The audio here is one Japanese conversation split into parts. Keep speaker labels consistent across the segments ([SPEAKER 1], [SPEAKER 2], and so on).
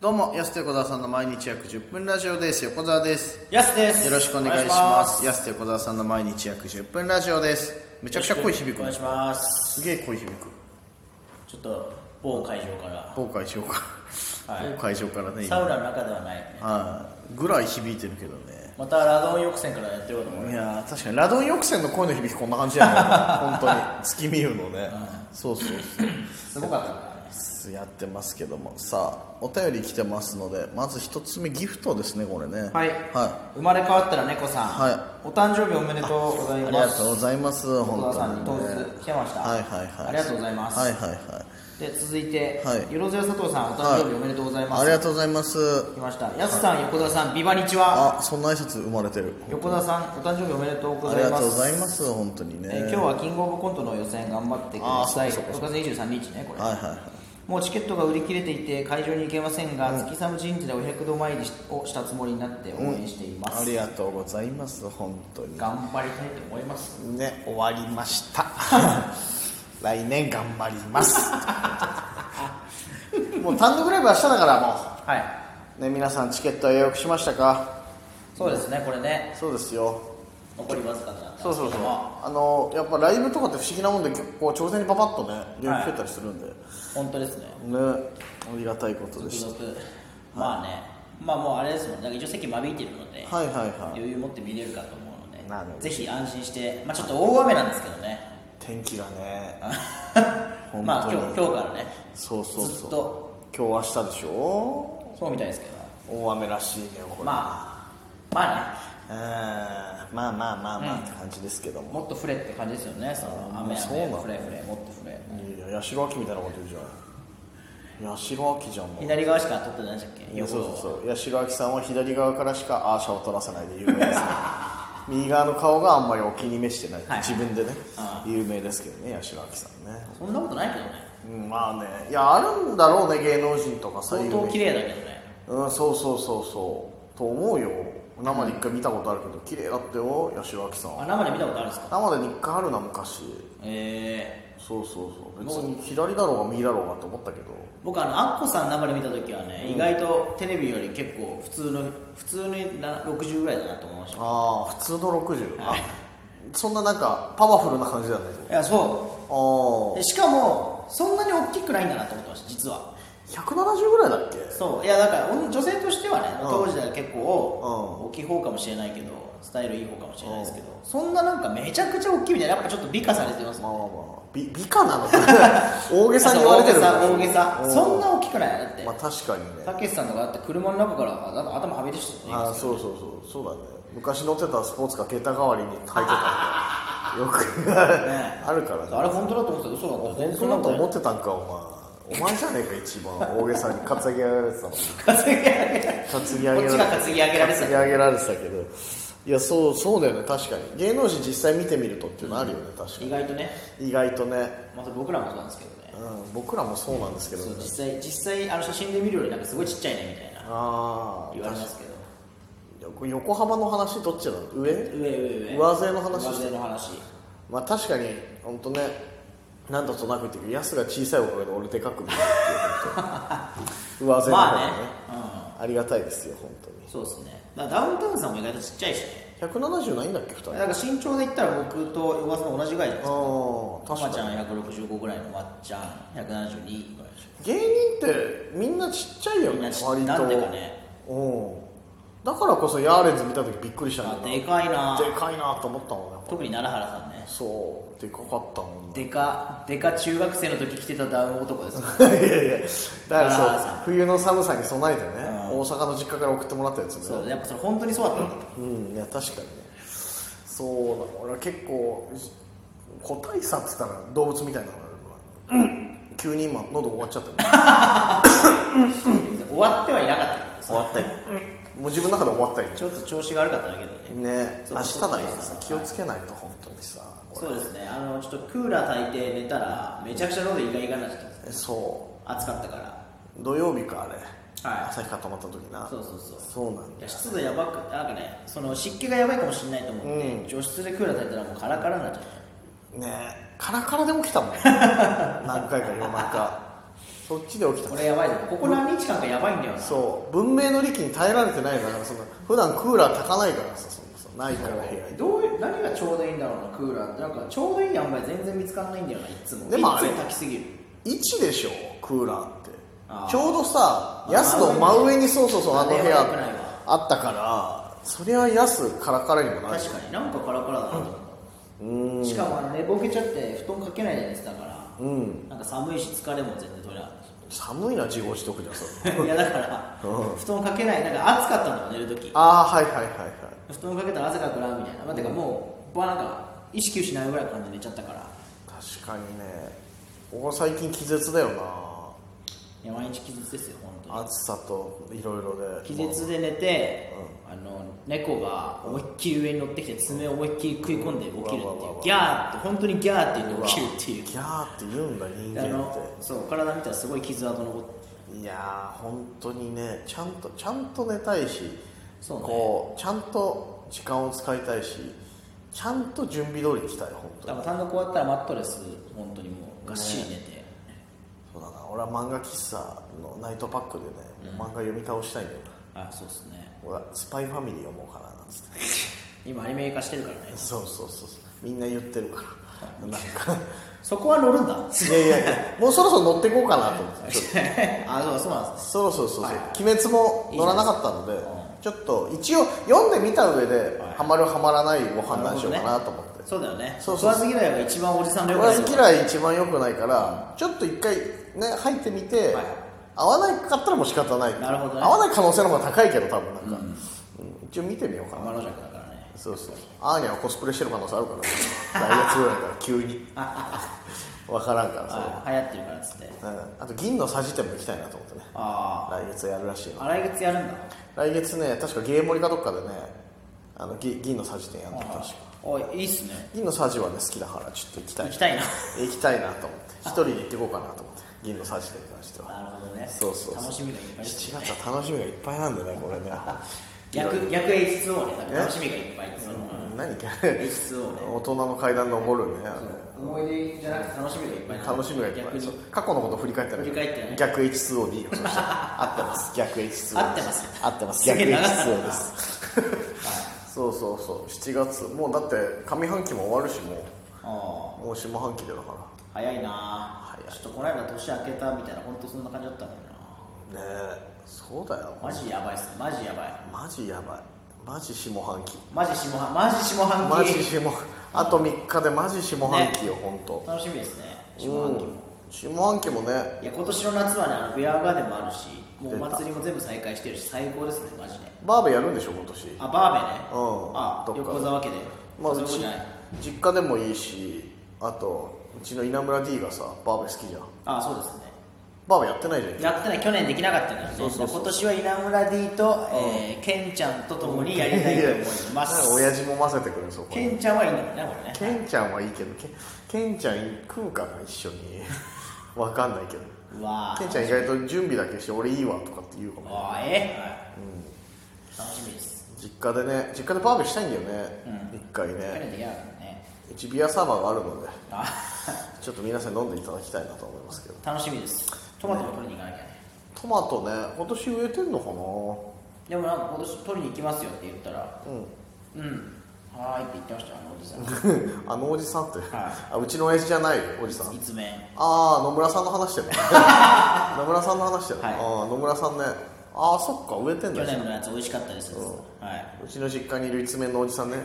[SPEAKER 1] どうも、安手小沢さんの毎日約10分ラジオです。横澤です。
[SPEAKER 2] やすです
[SPEAKER 1] よろしくお願いします。安手小沢さんの毎日約10分ラジオです。め
[SPEAKER 2] め
[SPEAKER 1] ちゃくちゃ声響
[SPEAKER 2] お願
[SPEAKER 1] く
[SPEAKER 2] い。します
[SPEAKER 1] すげえ声響く。
[SPEAKER 2] ちょっと某会場から
[SPEAKER 1] 某会場か
[SPEAKER 2] はい
[SPEAKER 1] ら。某会場からね、
[SPEAKER 2] サ
[SPEAKER 1] 今
[SPEAKER 2] ウナの中ではないね
[SPEAKER 1] はいぐらい響いてるけどね。
[SPEAKER 2] またラドン抑線からやってるかと思う
[SPEAKER 1] いやー確かにラドン抑制の声の響きこんな感じや ね本当に月見湯のねそうそう
[SPEAKER 2] すごかったからね
[SPEAKER 1] そうやってますけどもさあお便り来てますのでまず一つ目ギフトですねこれね
[SPEAKER 2] はい
[SPEAKER 1] は
[SPEAKER 2] 生まれ変わったら猫さん
[SPEAKER 1] はい
[SPEAKER 2] お誕生日おめでとうござ
[SPEAKER 1] い、
[SPEAKER 2] い
[SPEAKER 1] ありが
[SPEAKER 2] ま
[SPEAKER 1] とうご
[SPEAKER 2] す
[SPEAKER 1] ざいます
[SPEAKER 2] 小
[SPEAKER 1] 本
[SPEAKER 2] 田さんに
[SPEAKER 1] 当
[SPEAKER 2] 当
[SPEAKER 1] に、ね、
[SPEAKER 2] 日来てました
[SPEAKER 1] はいはいはい
[SPEAKER 2] ありがとうございます
[SPEAKER 1] はいはいはい
[SPEAKER 2] で続いて
[SPEAKER 1] はい
[SPEAKER 2] よろずや佐藤さんお誕生日おめでとうございます
[SPEAKER 1] ありがとうございます
[SPEAKER 2] 来ましたやすさん横田さんビバにちは
[SPEAKER 1] あそんな挨拶生まれてる
[SPEAKER 2] 横田さんお誕生日おめでとうご
[SPEAKER 1] あ
[SPEAKER 2] ざ
[SPEAKER 1] りが
[SPEAKER 2] いま
[SPEAKER 1] とうご
[SPEAKER 2] す
[SPEAKER 1] ざいます本当にね、
[SPEAKER 2] えー今日はキングオブコントの予選頑張ってください
[SPEAKER 1] あーそうか
[SPEAKER 2] 6
[SPEAKER 1] そう
[SPEAKER 2] 月23日ねこれ
[SPEAKER 1] はいはいはい
[SPEAKER 2] もうチケットが売り切れていて会場に行けませんが、月寒神社でお百度参りをしたつもりになって応援しています、
[SPEAKER 1] ありがとうございます本当に
[SPEAKER 2] 頑張りたいと思います
[SPEAKER 1] ね終わりました 来年頑張ります もう単独ライブ明日だから
[SPEAKER 2] はい
[SPEAKER 1] もうね皆さんチケットは予約しましたか
[SPEAKER 2] そうですねこれね
[SPEAKER 1] そうですよ
[SPEAKER 2] 残りわずかになった
[SPEAKER 1] そうそうそう
[SPEAKER 2] ま
[SPEAKER 1] あのやっぱライブとかって不思議なもんで結構挑戦にパパッとね予約増えたりするんで、
[SPEAKER 2] あ本当ですね
[SPEAKER 1] ねありがたいことでし
[SPEAKER 2] 続々まあねまあもうあれですもんねなんか一応席間引いてるので、
[SPEAKER 1] たはいはいはい
[SPEAKER 2] 余裕持って見れるかと思うので
[SPEAKER 1] なるほど
[SPEAKER 2] ぜひ安心してまあちょっと大雨なんですけどね
[SPEAKER 1] 天気がね本当に
[SPEAKER 2] まあ今日今日からね
[SPEAKER 1] そうそう
[SPEAKER 2] ずっ
[SPEAKER 1] そ
[SPEAKER 2] と
[SPEAKER 1] う今日明日でしょ
[SPEAKER 2] そうみたいですけど
[SPEAKER 1] 大雨らしいねこれ
[SPEAKER 2] まあまあね
[SPEAKER 1] うんまあまあまあまあ
[SPEAKER 2] うん
[SPEAKER 1] って感じですけども、
[SPEAKER 2] もっと降れって感じですよね、その雨
[SPEAKER 1] そう
[SPEAKER 2] 雨、
[SPEAKER 1] なの
[SPEAKER 2] 降れ降れ、もっと降れ。
[SPEAKER 1] いや八代亜紀みたいなこと言うじゃん八代亜紀じゃんもう
[SPEAKER 2] 左側しか撮ってないんでしたっけ
[SPEAKER 1] いやそうそうそう八代亜紀さんは左側からしかアーシャを取らさないで有名ですね 右側の顔があんまりお気に召してない、
[SPEAKER 2] はい
[SPEAKER 1] 自分でね
[SPEAKER 2] あ
[SPEAKER 1] 有名ですけどね八代亜紀さんね、
[SPEAKER 2] そんなことないけどね。
[SPEAKER 1] うん、まあねいやあるんだろうね芸能人とかさ
[SPEAKER 2] 相
[SPEAKER 1] 有
[SPEAKER 2] 当
[SPEAKER 1] 名
[SPEAKER 2] 綺麗だけどね。
[SPEAKER 1] うんそうそうそうそうと思うよ生で一回見たことあるけど綺麗だったよ八代亜紀さん
[SPEAKER 2] あ、生で見たことあるんですか
[SPEAKER 1] 生で日課あるな昔
[SPEAKER 2] え
[SPEAKER 1] そうそうそう別に左だろうが右だろうがと思ったけど
[SPEAKER 2] ー、僕あの、アッコさん生で見た時はね、意外とテレビより結構普通の、普通にな60ぐらいだなと思いました。
[SPEAKER 1] ああ普通の60あそんななんかパワフルな感じなんだけ
[SPEAKER 2] いや、そ
[SPEAKER 1] ど
[SPEAKER 2] う。
[SPEAKER 1] あ
[SPEAKER 2] でしかも、そんなに大きくないんだなと思ってました、実は。
[SPEAKER 1] あ170ぐらいだっけ
[SPEAKER 2] そう。いや、だから、女性としてはね、
[SPEAKER 1] うん
[SPEAKER 2] 当時では結構、
[SPEAKER 1] うん
[SPEAKER 2] 大きい方かもしれないけど、スタイルいい方かもしれないですけど、そんななんかめちゃくちゃ大きいみたいな、やっぱちょっと美化されてます
[SPEAKER 1] まあまあまあ美美化なの 大げさに言われてる
[SPEAKER 2] 大げさ大げさ
[SPEAKER 1] うん
[SPEAKER 2] そんな大きくないだって
[SPEAKER 1] まあ確かに
[SPEAKER 2] た
[SPEAKER 1] ね
[SPEAKER 2] けしさんとかだって車の中からなんか頭はみ出してた
[SPEAKER 1] ああそうそうそうそうだね昔乗ってたスポーツカー携帯代わりに書い てたんでよくあるからね
[SPEAKER 2] あれ本当だと思ってた嘘だった
[SPEAKER 1] 本当だと思
[SPEAKER 2] っ
[SPEAKER 1] ってたんかお前お前じゃねえか一番大げさに担ぎ上げられてたの
[SPEAKER 2] 担ぎ上
[SPEAKER 1] 担ぎ上げられ
[SPEAKER 2] げこっちが担ぎ上げられてた
[SPEAKER 1] 担ぎ上げられてたけどいやそうそうだよね確かに芸能人実際見てみるとっていうのあるよね、確か
[SPEAKER 2] 意外とね、
[SPEAKER 1] に意外とね、
[SPEAKER 2] まあ、それ僕らもそうなんですけどね
[SPEAKER 1] うん、僕らもそうなんですけど
[SPEAKER 2] そう
[SPEAKER 1] ね
[SPEAKER 2] 実際実際あの写真で見るよりなんかすごいちっちゃいねみたいな
[SPEAKER 1] あ
[SPEAKER 2] 言われますけど
[SPEAKER 1] あ横浜の話どっちだろう上
[SPEAKER 2] 上上上
[SPEAKER 1] 上背の話
[SPEAKER 2] 上背の話
[SPEAKER 1] まあ確かに本当ねなんだとなく言ってるけどヤスが小さいおかげで俺でかく見える っていう本当に上背の方
[SPEAKER 2] ま
[SPEAKER 1] が
[SPEAKER 2] あ
[SPEAKER 1] ね,、
[SPEAKER 2] ね、うん
[SPEAKER 1] ありがたいですよ本当に
[SPEAKER 2] そうですねだからダウンタウンさんも意外とちっちゃいしね
[SPEAKER 1] 170ないんだっけ2人
[SPEAKER 2] だから身長で言ったら僕と小川さん同じぐらいじゃないですか
[SPEAKER 1] ああ
[SPEAKER 2] た
[SPEAKER 1] 確
[SPEAKER 2] まち
[SPEAKER 1] か
[SPEAKER 2] ゃ
[SPEAKER 1] に
[SPEAKER 2] ん165ぐらいのまっちゃん172ぐらいでし
[SPEAKER 1] 芸人ってみんなちっちゃいよ
[SPEAKER 2] ょみん
[SPEAKER 1] ね
[SPEAKER 2] なち
[SPEAKER 1] 割と
[SPEAKER 2] なんていうかね
[SPEAKER 1] うんだからこそヤーレンズ見た時びっくりした
[SPEAKER 2] あ
[SPEAKER 1] んだ
[SPEAKER 2] で
[SPEAKER 1] よ
[SPEAKER 2] かい
[SPEAKER 1] な
[SPEAKER 2] な
[SPEAKER 1] でかいなと思ったもんねやっぱ
[SPEAKER 2] 特に奈良原さんね
[SPEAKER 1] そうでかかったもんね
[SPEAKER 2] でかでか中学生の時着てたダウン男です
[SPEAKER 1] いやいやだから
[SPEAKER 2] あー
[SPEAKER 1] そ
[SPEAKER 2] さ
[SPEAKER 1] う冬の寒さに備えてね
[SPEAKER 2] うん
[SPEAKER 1] 大阪の実家から送ってもらったやつね
[SPEAKER 2] そうやっぱそれ本当にそうだったんだ
[SPEAKER 1] うんいや確かにねそうなの俺は結構個体差って言ったら動物みたいなのがあるから、急に今喉終わっちゃったね
[SPEAKER 2] 終わってはいなかったけど
[SPEAKER 1] 終わったよもう自分の中で終わったよ
[SPEAKER 2] ちょっと調子が悪かっただけどね
[SPEAKER 1] ね
[SPEAKER 2] そう
[SPEAKER 1] 明日だよ
[SPEAKER 2] そう
[SPEAKER 1] 気をつけないと本当にさこ
[SPEAKER 2] そうですねあのちょっとクーラー焚いて寝たらめちゃくちゃ喉イガイガになっちゃったんです
[SPEAKER 1] れそ
[SPEAKER 2] 暑かったから
[SPEAKER 1] う土曜日かあれ、
[SPEAKER 2] はい
[SPEAKER 1] 朝日か泊まった時な
[SPEAKER 2] そうそうそう
[SPEAKER 1] そうなん
[SPEAKER 2] い
[SPEAKER 1] だ
[SPEAKER 2] や
[SPEAKER 1] よ
[SPEAKER 2] 湿度やばくなんかねその湿気がやばいかもしれないと思って、
[SPEAKER 1] う
[SPEAKER 2] 除湿でクーラー焚いたらもうカラカラになっちゃった
[SPEAKER 1] ねえカラカラでも来たもん何回か夜中そっちで起きた
[SPEAKER 2] これやばいぞここ何日間かやばいんだよな
[SPEAKER 1] そう文明の利器に耐えられてないからだからその普段クーラー炊かないからさそのさないから部屋に
[SPEAKER 2] どういう何がちょうどいいんだろうなクーラーってなんかちょうどいい塩梅全然見つかんないんだよないっつも
[SPEAKER 1] でもあれ
[SPEAKER 2] いつも炊きすぎる
[SPEAKER 1] 1でしょクーラーって
[SPEAKER 2] あー
[SPEAKER 1] ちょうどさ
[SPEAKER 2] あー
[SPEAKER 1] ヤスの真上にそうそうそうあの部
[SPEAKER 2] あれは
[SPEAKER 1] 屋
[SPEAKER 2] 良くないわ
[SPEAKER 1] あったからそりゃヤスカラカラにもなる
[SPEAKER 2] 確かになんかカラカラだなと思った
[SPEAKER 1] うん
[SPEAKER 2] しかもあの寝ぼけちゃって布団かけないじゃないですかだから
[SPEAKER 1] うん
[SPEAKER 2] なんか寒いし疲れも全然取れなか っ
[SPEAKER 1] 寒いな自業自得じゃんそれ
[SPEAKER 2] たしいやだから
[SPEAKER 1] うん
[SPEAKER 2] 布団かけないなんか暑かったの寝るとき
[SPEAKER 1] ああはいはいはいはい
[SPEAKER 2] 布団かけたら汗かくなみたいな、まあ、てかもう、僕はなんか意識失うぐらいの感じで寝ちゃったから
[SPEAKER 1] 確かにねここ最近気絶だよ
[SPEAKER 2] いや毎日気絶ですよ本当
[SPEAKER 1] な
[SPEAKER 2] に
[SPEAKER 1] 暑さといろいろで
[SPEAKER 2] 気絶で寝て、あの猫が思いっきり上に乗ってきて爪を思いっきり食い込んで起きるっていう
[SPEAKER 1] うわうわうわうわ
[SPEAKER 2] ギャーって本当にギャーって言
[SPEAKER 1] う
[SPEAKER 2] っ
[SPEAKER 1] わ
[SPEAKER 2] て起きるっていう
[SPEAKER 1] ギャーって言うんだ人間
[SPEAKER 2] あ
[SPEAKER 1] って
[SPEAKER 2] のそう体見たらすごい傷跡残って
[SPEAKER 1] いやー本当にねちゃんとちゃんと寝たいし
[SPEAKER 2] そうね
[SPEAKER 1] こうちゃんと時間を使いたいしちゃんと準備通りに来たい本当
[SPEAKER 2] だ
[SPEAKER 1] に
[SPEAKER 2] から単独終わったらマットレス本当にもうがっしり寝て、
[SPEAKER 1] そうだな俺は漫画喫茶のナイトパックでね、もう漫画読み倒したいんだよな
[SPEAKER 2] あそうですね
[SPEAKER 1] 俺はスパイファミリー読もうかななんつって
[SPEAKER 2] 今アニメ化してるからね
[SPEAKER 1] そうそうそうそうみんな言ってる からなんか
[SPEAKER 2] そこは乗 るんだ
[SPEAKER 1] いやいやいやもうそろそろ乗っていこうかなと思ってちょっと
[SPEAKER 2] あそうそうなんです
[SPEAKER 1] そろそろそうそう、
[SPEAKER 2] はい
[SPEAKER 1] 鬼滅も乗らなかったので
[SPEAKER 2] いいじゃないで
[SPEAKER 1] ちょっと一応読んでみた上で、
[SPEAKER 2] はい
[SPEAKER 1] ハマるハマらないを判断しようかなと思って、
[SPEAKER 2] そうだよね
[SPEAKER 1] そうそう
[SPEAKER 2] 食わず嫌いが一番おじさんの
[SPEAKER 1] 食
[SPEAKER 2] よ
[SPEAKER 1] わず嫌い一番良くないからちょっと一回ね入ってみて、
[SPEAKER 2] はい
[SPEAKER 1] 合わなかったらもう仕方ない
[SPEAKER 2] なるほどね
[SPEAKER 1] 合わない可能性の方が高いけど多分なんか、うん一応見てみようか
[SPEAKER 2] マ
[SPEAKER 1] な
[SPEAKER 2] ロジャクだからね
[SPEAKER 1] そうそうアーニャはコスプレしてる可能性あるから来月ぐらいから急 に分からんから
[SPEAKER 2] あ流行ってるからっつって
[SPEAKER 1] それ、うんあと銀のさじ店も行きたいなと思ってね
[SPEAKER 2] あ
[SPEAKER 1] 来月やるらしい
[SPEAKER 2] ー
[SPEAKER 1] の
[SPEAKER 2] あ来月やるんだ
[SPEAKER 1] 来月ね確かゲームリかどっかでねあのぎ銀のさじ店やってたし
[SPEAKER 2] おいいいっすね
[SPEAKER 1] 銀のサージはね好きだからちょっと行きたい
[SPEAKER 2] 行きたいな
[SPEAKER 1] 行きたいなと思って一人で行ってこうかなと思って銀のサージで関しては
[SPEAKER 2] なるほどね
[SPEAKER 1] そうそうそう
[SPEAKER 2] 楽しみがいっぱいです
[SPEAKER 1] 7月は楽しみがいっぱいなんだねこれね
[SPEAKER 2] 逆逆 H2O ねだから
[SPEAKER 1] え
[SPEAKER 2] 楽しみがいっぱいっつうの
[SPEAKER 1] 何か
[SPEAKER 2] H2O ね
[SPEAKER 1] 大人の階段登るねあ
[SPEAKER 2] 思い出じゃなくて楽しみがいっぱい
[SPEAKER 1] れ
[SPEAKER 2] な
[SPEAKER 1] 楽しみがいっぱ
[SPEAKER 2] 逆
[SPEAKER 1] い
[SPEAKER 2] に
[SPEAKER 1] そう過去のこと振り返ったら
[SPEAKER 2] 振り返ってね
[SPEAKER 1] 逆 H2O で いいよそしたら合ってます逆 H2O です
[SPEAKER 2] 合ってます
[SPEAKER 1] 合ってます
[SPEAKER 2] す
[SPEAKER 1] 逆
[SPEAKER 2] げえ長かった
[SPEAKER 1] H2O です そうそうそう7月もうだって上半期も終わるしも
[SPEAKER 2] あ
[SPEAKER 1] うもう下半期でだから
[SPEAKER 2] あ早いな
[SPEAKER 1] 早い
[SPEAKER 2] ちょっとこの間年明けたみたいな本当そんな感じだったもんな
[SPEAKER 1] ねえそうだよ
[SPEAKER 2] マジやばいっすねマジやばい
[SPEAKER 1] マジやばいマジ下半期
[SPEAKER 2] マジ下半マジ下半
[SPEAKER 1] マ
[SPEAKER 2] 期
[SPEAKER 1] ジ下あと3日でマジ下半期よ、本当。
[SPEAKER 2] 楽しみですね下
[SPEAKER 1] う
[SPEAKER 2] 半
[SPEAKER 1] ん
[SPEAKER 2] 期も
[SPEAKER 1] 下半期もね
[SPEAKER 2] いや今年の夏はねあのビアガーデンもあるしもうお祭りも全部再開してるし最高ですねマジで
[SPEAKER 1] バーベやるんでしょ今年
[SPEAKER 2] あバーベね
[SPEAKER 1] うん
[SPEAKER 2] あ
[SPEAKER 1] どっか
[SPEAKER 2] 横沢家で
[SPEAKER 1] まあ
[SPEAKER 2] そうういうこと
[SPEAKER 1] ち
[SPEAKER 2] じゃない
[SPEAKER 1] 実家でもいいしあとうちの稲村 D がさバーベ好きじゃん
[SPEAKER 2] あそうですね
[SPEAKER 1] バーベやってないじゃん
[SPEAKER 2] やってない去年できなかったからね
[SPEAKER 1] そうそうそう
[SPEAKER 2] 今年は稲村 D と、えーケンちゃんと共にやりたいと思いま
[SPEAKER 1] なん
[SPEAKER 2] す
[SPEAKER 1] か 親父も混ぜてくれるそこ
[SPEAKER 2] ケ
[SPEAKER 1] に
[SPEAKER 2] ンちゃんはいいんだよねこれね
[SPEAKER 1] ケンちゃんはいいけどケンケンちゃん食うかな一緒に わかんないけど
[SPEAKER 2] うわ
[SPEAKER 1] ケンちゃん意外と準備だけして俺いいわとかって言うかも
[SPEAKER 2] おーえうん、楽しみです
[SPEAKER 1] 実家でね実家でバーベしたいんだよね一、回
[SPEAKER 2] 彼
[SPEAKER 1] ね
[SPEAKER 2] でやるからね
[SPEAKER 1] うちビアサーバーがあるので
[SPEAKER 2] あ
[SPEAKER 1] ちょっと皆さん飲んでいただきたいなと思いますけど
[SPEAKER 2] 楽しみですトマトも取りに行かなきゃね
[SPEAKER 1] トマトね今年植えてんの
[SPEAKER 2] でもなんか今年取りに行きますよって言ったら
[SPEAKER 1] かなうん
[SPEAKER 2] うんはーいって言ってましたよあのおじさん
[SPEAKER 1] あのおじさんって、
[SPEAKER 2] はい
[SPEAKER 1] あうちの親父じゃないおじさん
[SPEAKER 2] いつめ
[SPEAKER 1] ああ野村さんの話 してる野村さんの話してる、
[SPEAKER 2] はい
[SPEAKER 1] ああ野村さんねああそっか植えてん
[SPEAKER 2] 去
[SPEAKER 1] だ
[SPEAKER 2] 年のやつ美味しかったです
[SPEAKER 1] うん
[SPEAKER 2] はい、
[SPEAKER 1] うちの実家にいる一面のおじさんね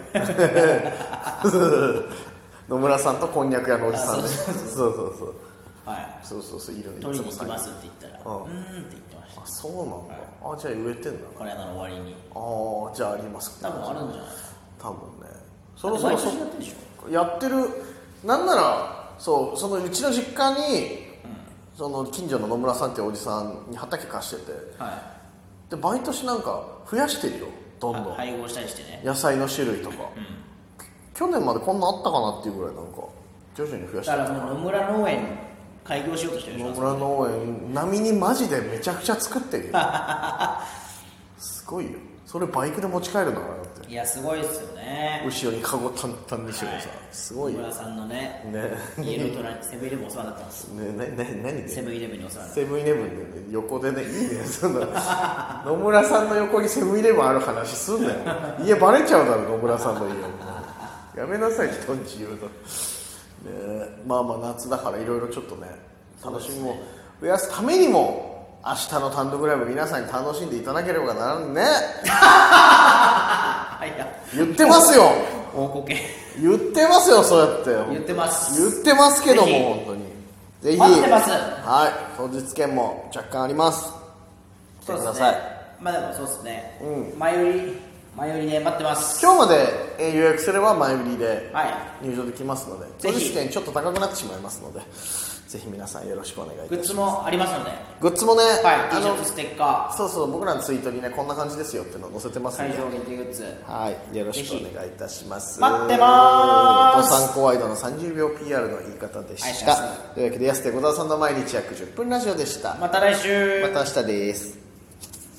[SPEAKER 1] 野村さんとこんにゃく屋のおじさんねそ
[SPEAKER 2] あ
[SPEAKER 1] うそうそう
[SPEAKER 2] は
[SPEAKER 1] そうそうそういるね
[SPEAKER 2] い、
[SPEAKER 1] い
[SPEAKER 2] 取
[SPEAKER 1] つも
[SPEAKER 2] りに行
[SPEAKER 1] さ
[SPEAKER 2] きますって言ったらう
[SPEAKER 1] うん
[SPEAKER 2] ーんって言ってました
[SPEAKER 1] あそうなんだ、あじゃあ植えてんだな
[SPEAKER 2] この間の終わりに
[SPEAKER 1] ああじゃああります
[SPEAKER 2] 多分あるんじゃない
[SPEAKER 1] 多分ねそろそろそ
[SPEAKER 2] 毎年やってるでしょ
[SPEAKER 1] やってるなんならそうそのうちの実家に、その近所の野村さんっていうおじさんに畑貸してて
[SPEAKER 2] は
[SPEAKER 1] で毎年なんか増やしてるよどんどん
[SPEAKER 2] い配合したりしてね
[SPEAKER 1] 野菜の種類とか、去年までこんなあったかなっていうぐらいなんか徐々に増やし
[SPEAKER 2] だ
[SPEAKER 1] て
[SPEAKER 2] か
[SPEAKER 1] る
[SPEAKER 2] らもう野村農園開業しようとしてるでし
[SPEAKER 1] 野
[SPEAKER 2] ょ
[SPEAKER 1] 村農園並みにマジでめちゃくちゃ作ってるよすごいよそれバイクで持ち帰るんだからだってね
[SPEAKER 2] いやすごいですよね
[SPEAKER 1] 後ろにカゴたんたんでしょうさ、すごい
[SPEAKER 2] 小
[SPEAKER 1] よ
[SPEAKER 2] 倉さんのね
[SPEAKER 1] ね
[SPEAKER 2] 家の隣にセブンイレブンお世話になったんです
[SPEAKER 1] ねなな何で
[SPEAKER 2] セブンイレブンにお世話になっ
[SPEAKER 1] セブンイレブンで、ね、横でねいいねそんな野村さんの横にセブンイレブンある話すんなよ家バレちゃうだろ野村さんの家やめなさい人んち言うと、ねえ、まあまあ夏だからいろいろちょっとね楽しみも増やすためにも明日の単独ライブ皆さんに楽しんでいただければならんね
[SPEAKER 2] たはいや
[SPEAKER 1] 言ってますよ
[SPEAKER 2] 大こけ
[SPEAKER 1] 言ってますよそうやって
[SPEAKER 2] 言ってます
[SPEAKER 1] 言ってますけども
[SPEAKER 2] ぜひ
[SPEAKER 1] 本当にぜひ
[SPEAKER 2] 待ってます
[SPEAKER 1] はい当日券も若干あります来て
[SPEAKER 2] そう
[SPEAKER 1] く
[SPEAKER 2] で
[SPEAKER 1] だ
[SPEAKER 2] す
[SPEAKER 1] さい、
[SPEAKER 2] ねまあでもそうですね
[SPEAKER 1] う
[SPEAKER 2] 前売り前売りで待ってます
[SPEAKER 1] 今日までえー予約すれば前売りで
[SPEAKER 2] は
[SPEAKER 1] 入場できますので
[SPEAKER 2] ぜ
[SPEAKER 1] 当
[SPEAKER 2] ひ
[SPEAKER 1] 日券ちょっと高くなってしまいますのでぜひ皆さんよろしくお願いいたし
[SPEAKER 2] いグ
[SPEAKER 1] ま
[SPEAKER 2] ッ
[SPEAKER 1] す
[SPEAKER 2] ズもありますのではい
[SPEAKER 1] グッズもね、あ
[SPEAKER 2] T シャ
[SPEAKER 1] の
[SPEAKER 2] ツステッカ
[SPEAKER 1] そうそう僕らのツイートにねこんな感じですよっていうの載せてま
[SPEAKER 2] ー
[SPEAKER 1] すん
[SPEAKER 2] 会
[SPEAKER 1] で
[SPEAKER 2] 場限定グッズ
[SPEAKER 1] はい、よろしくお願いいたします。
[SPEAKER 2] 待ってまーす
[SPEAKER 1] ご参考ワイドの30秒 PR の言い方でし
[SPEAKER 2] お
[SPEAKER 1] た
[SPEAKER 2] 願いしま。
[SPEAKER 1] というわけで、安手小沢さんの毎日約10分ラジオでした。ま
[SPEAKER 2] また来週
[SPEAKER 1] た明日です。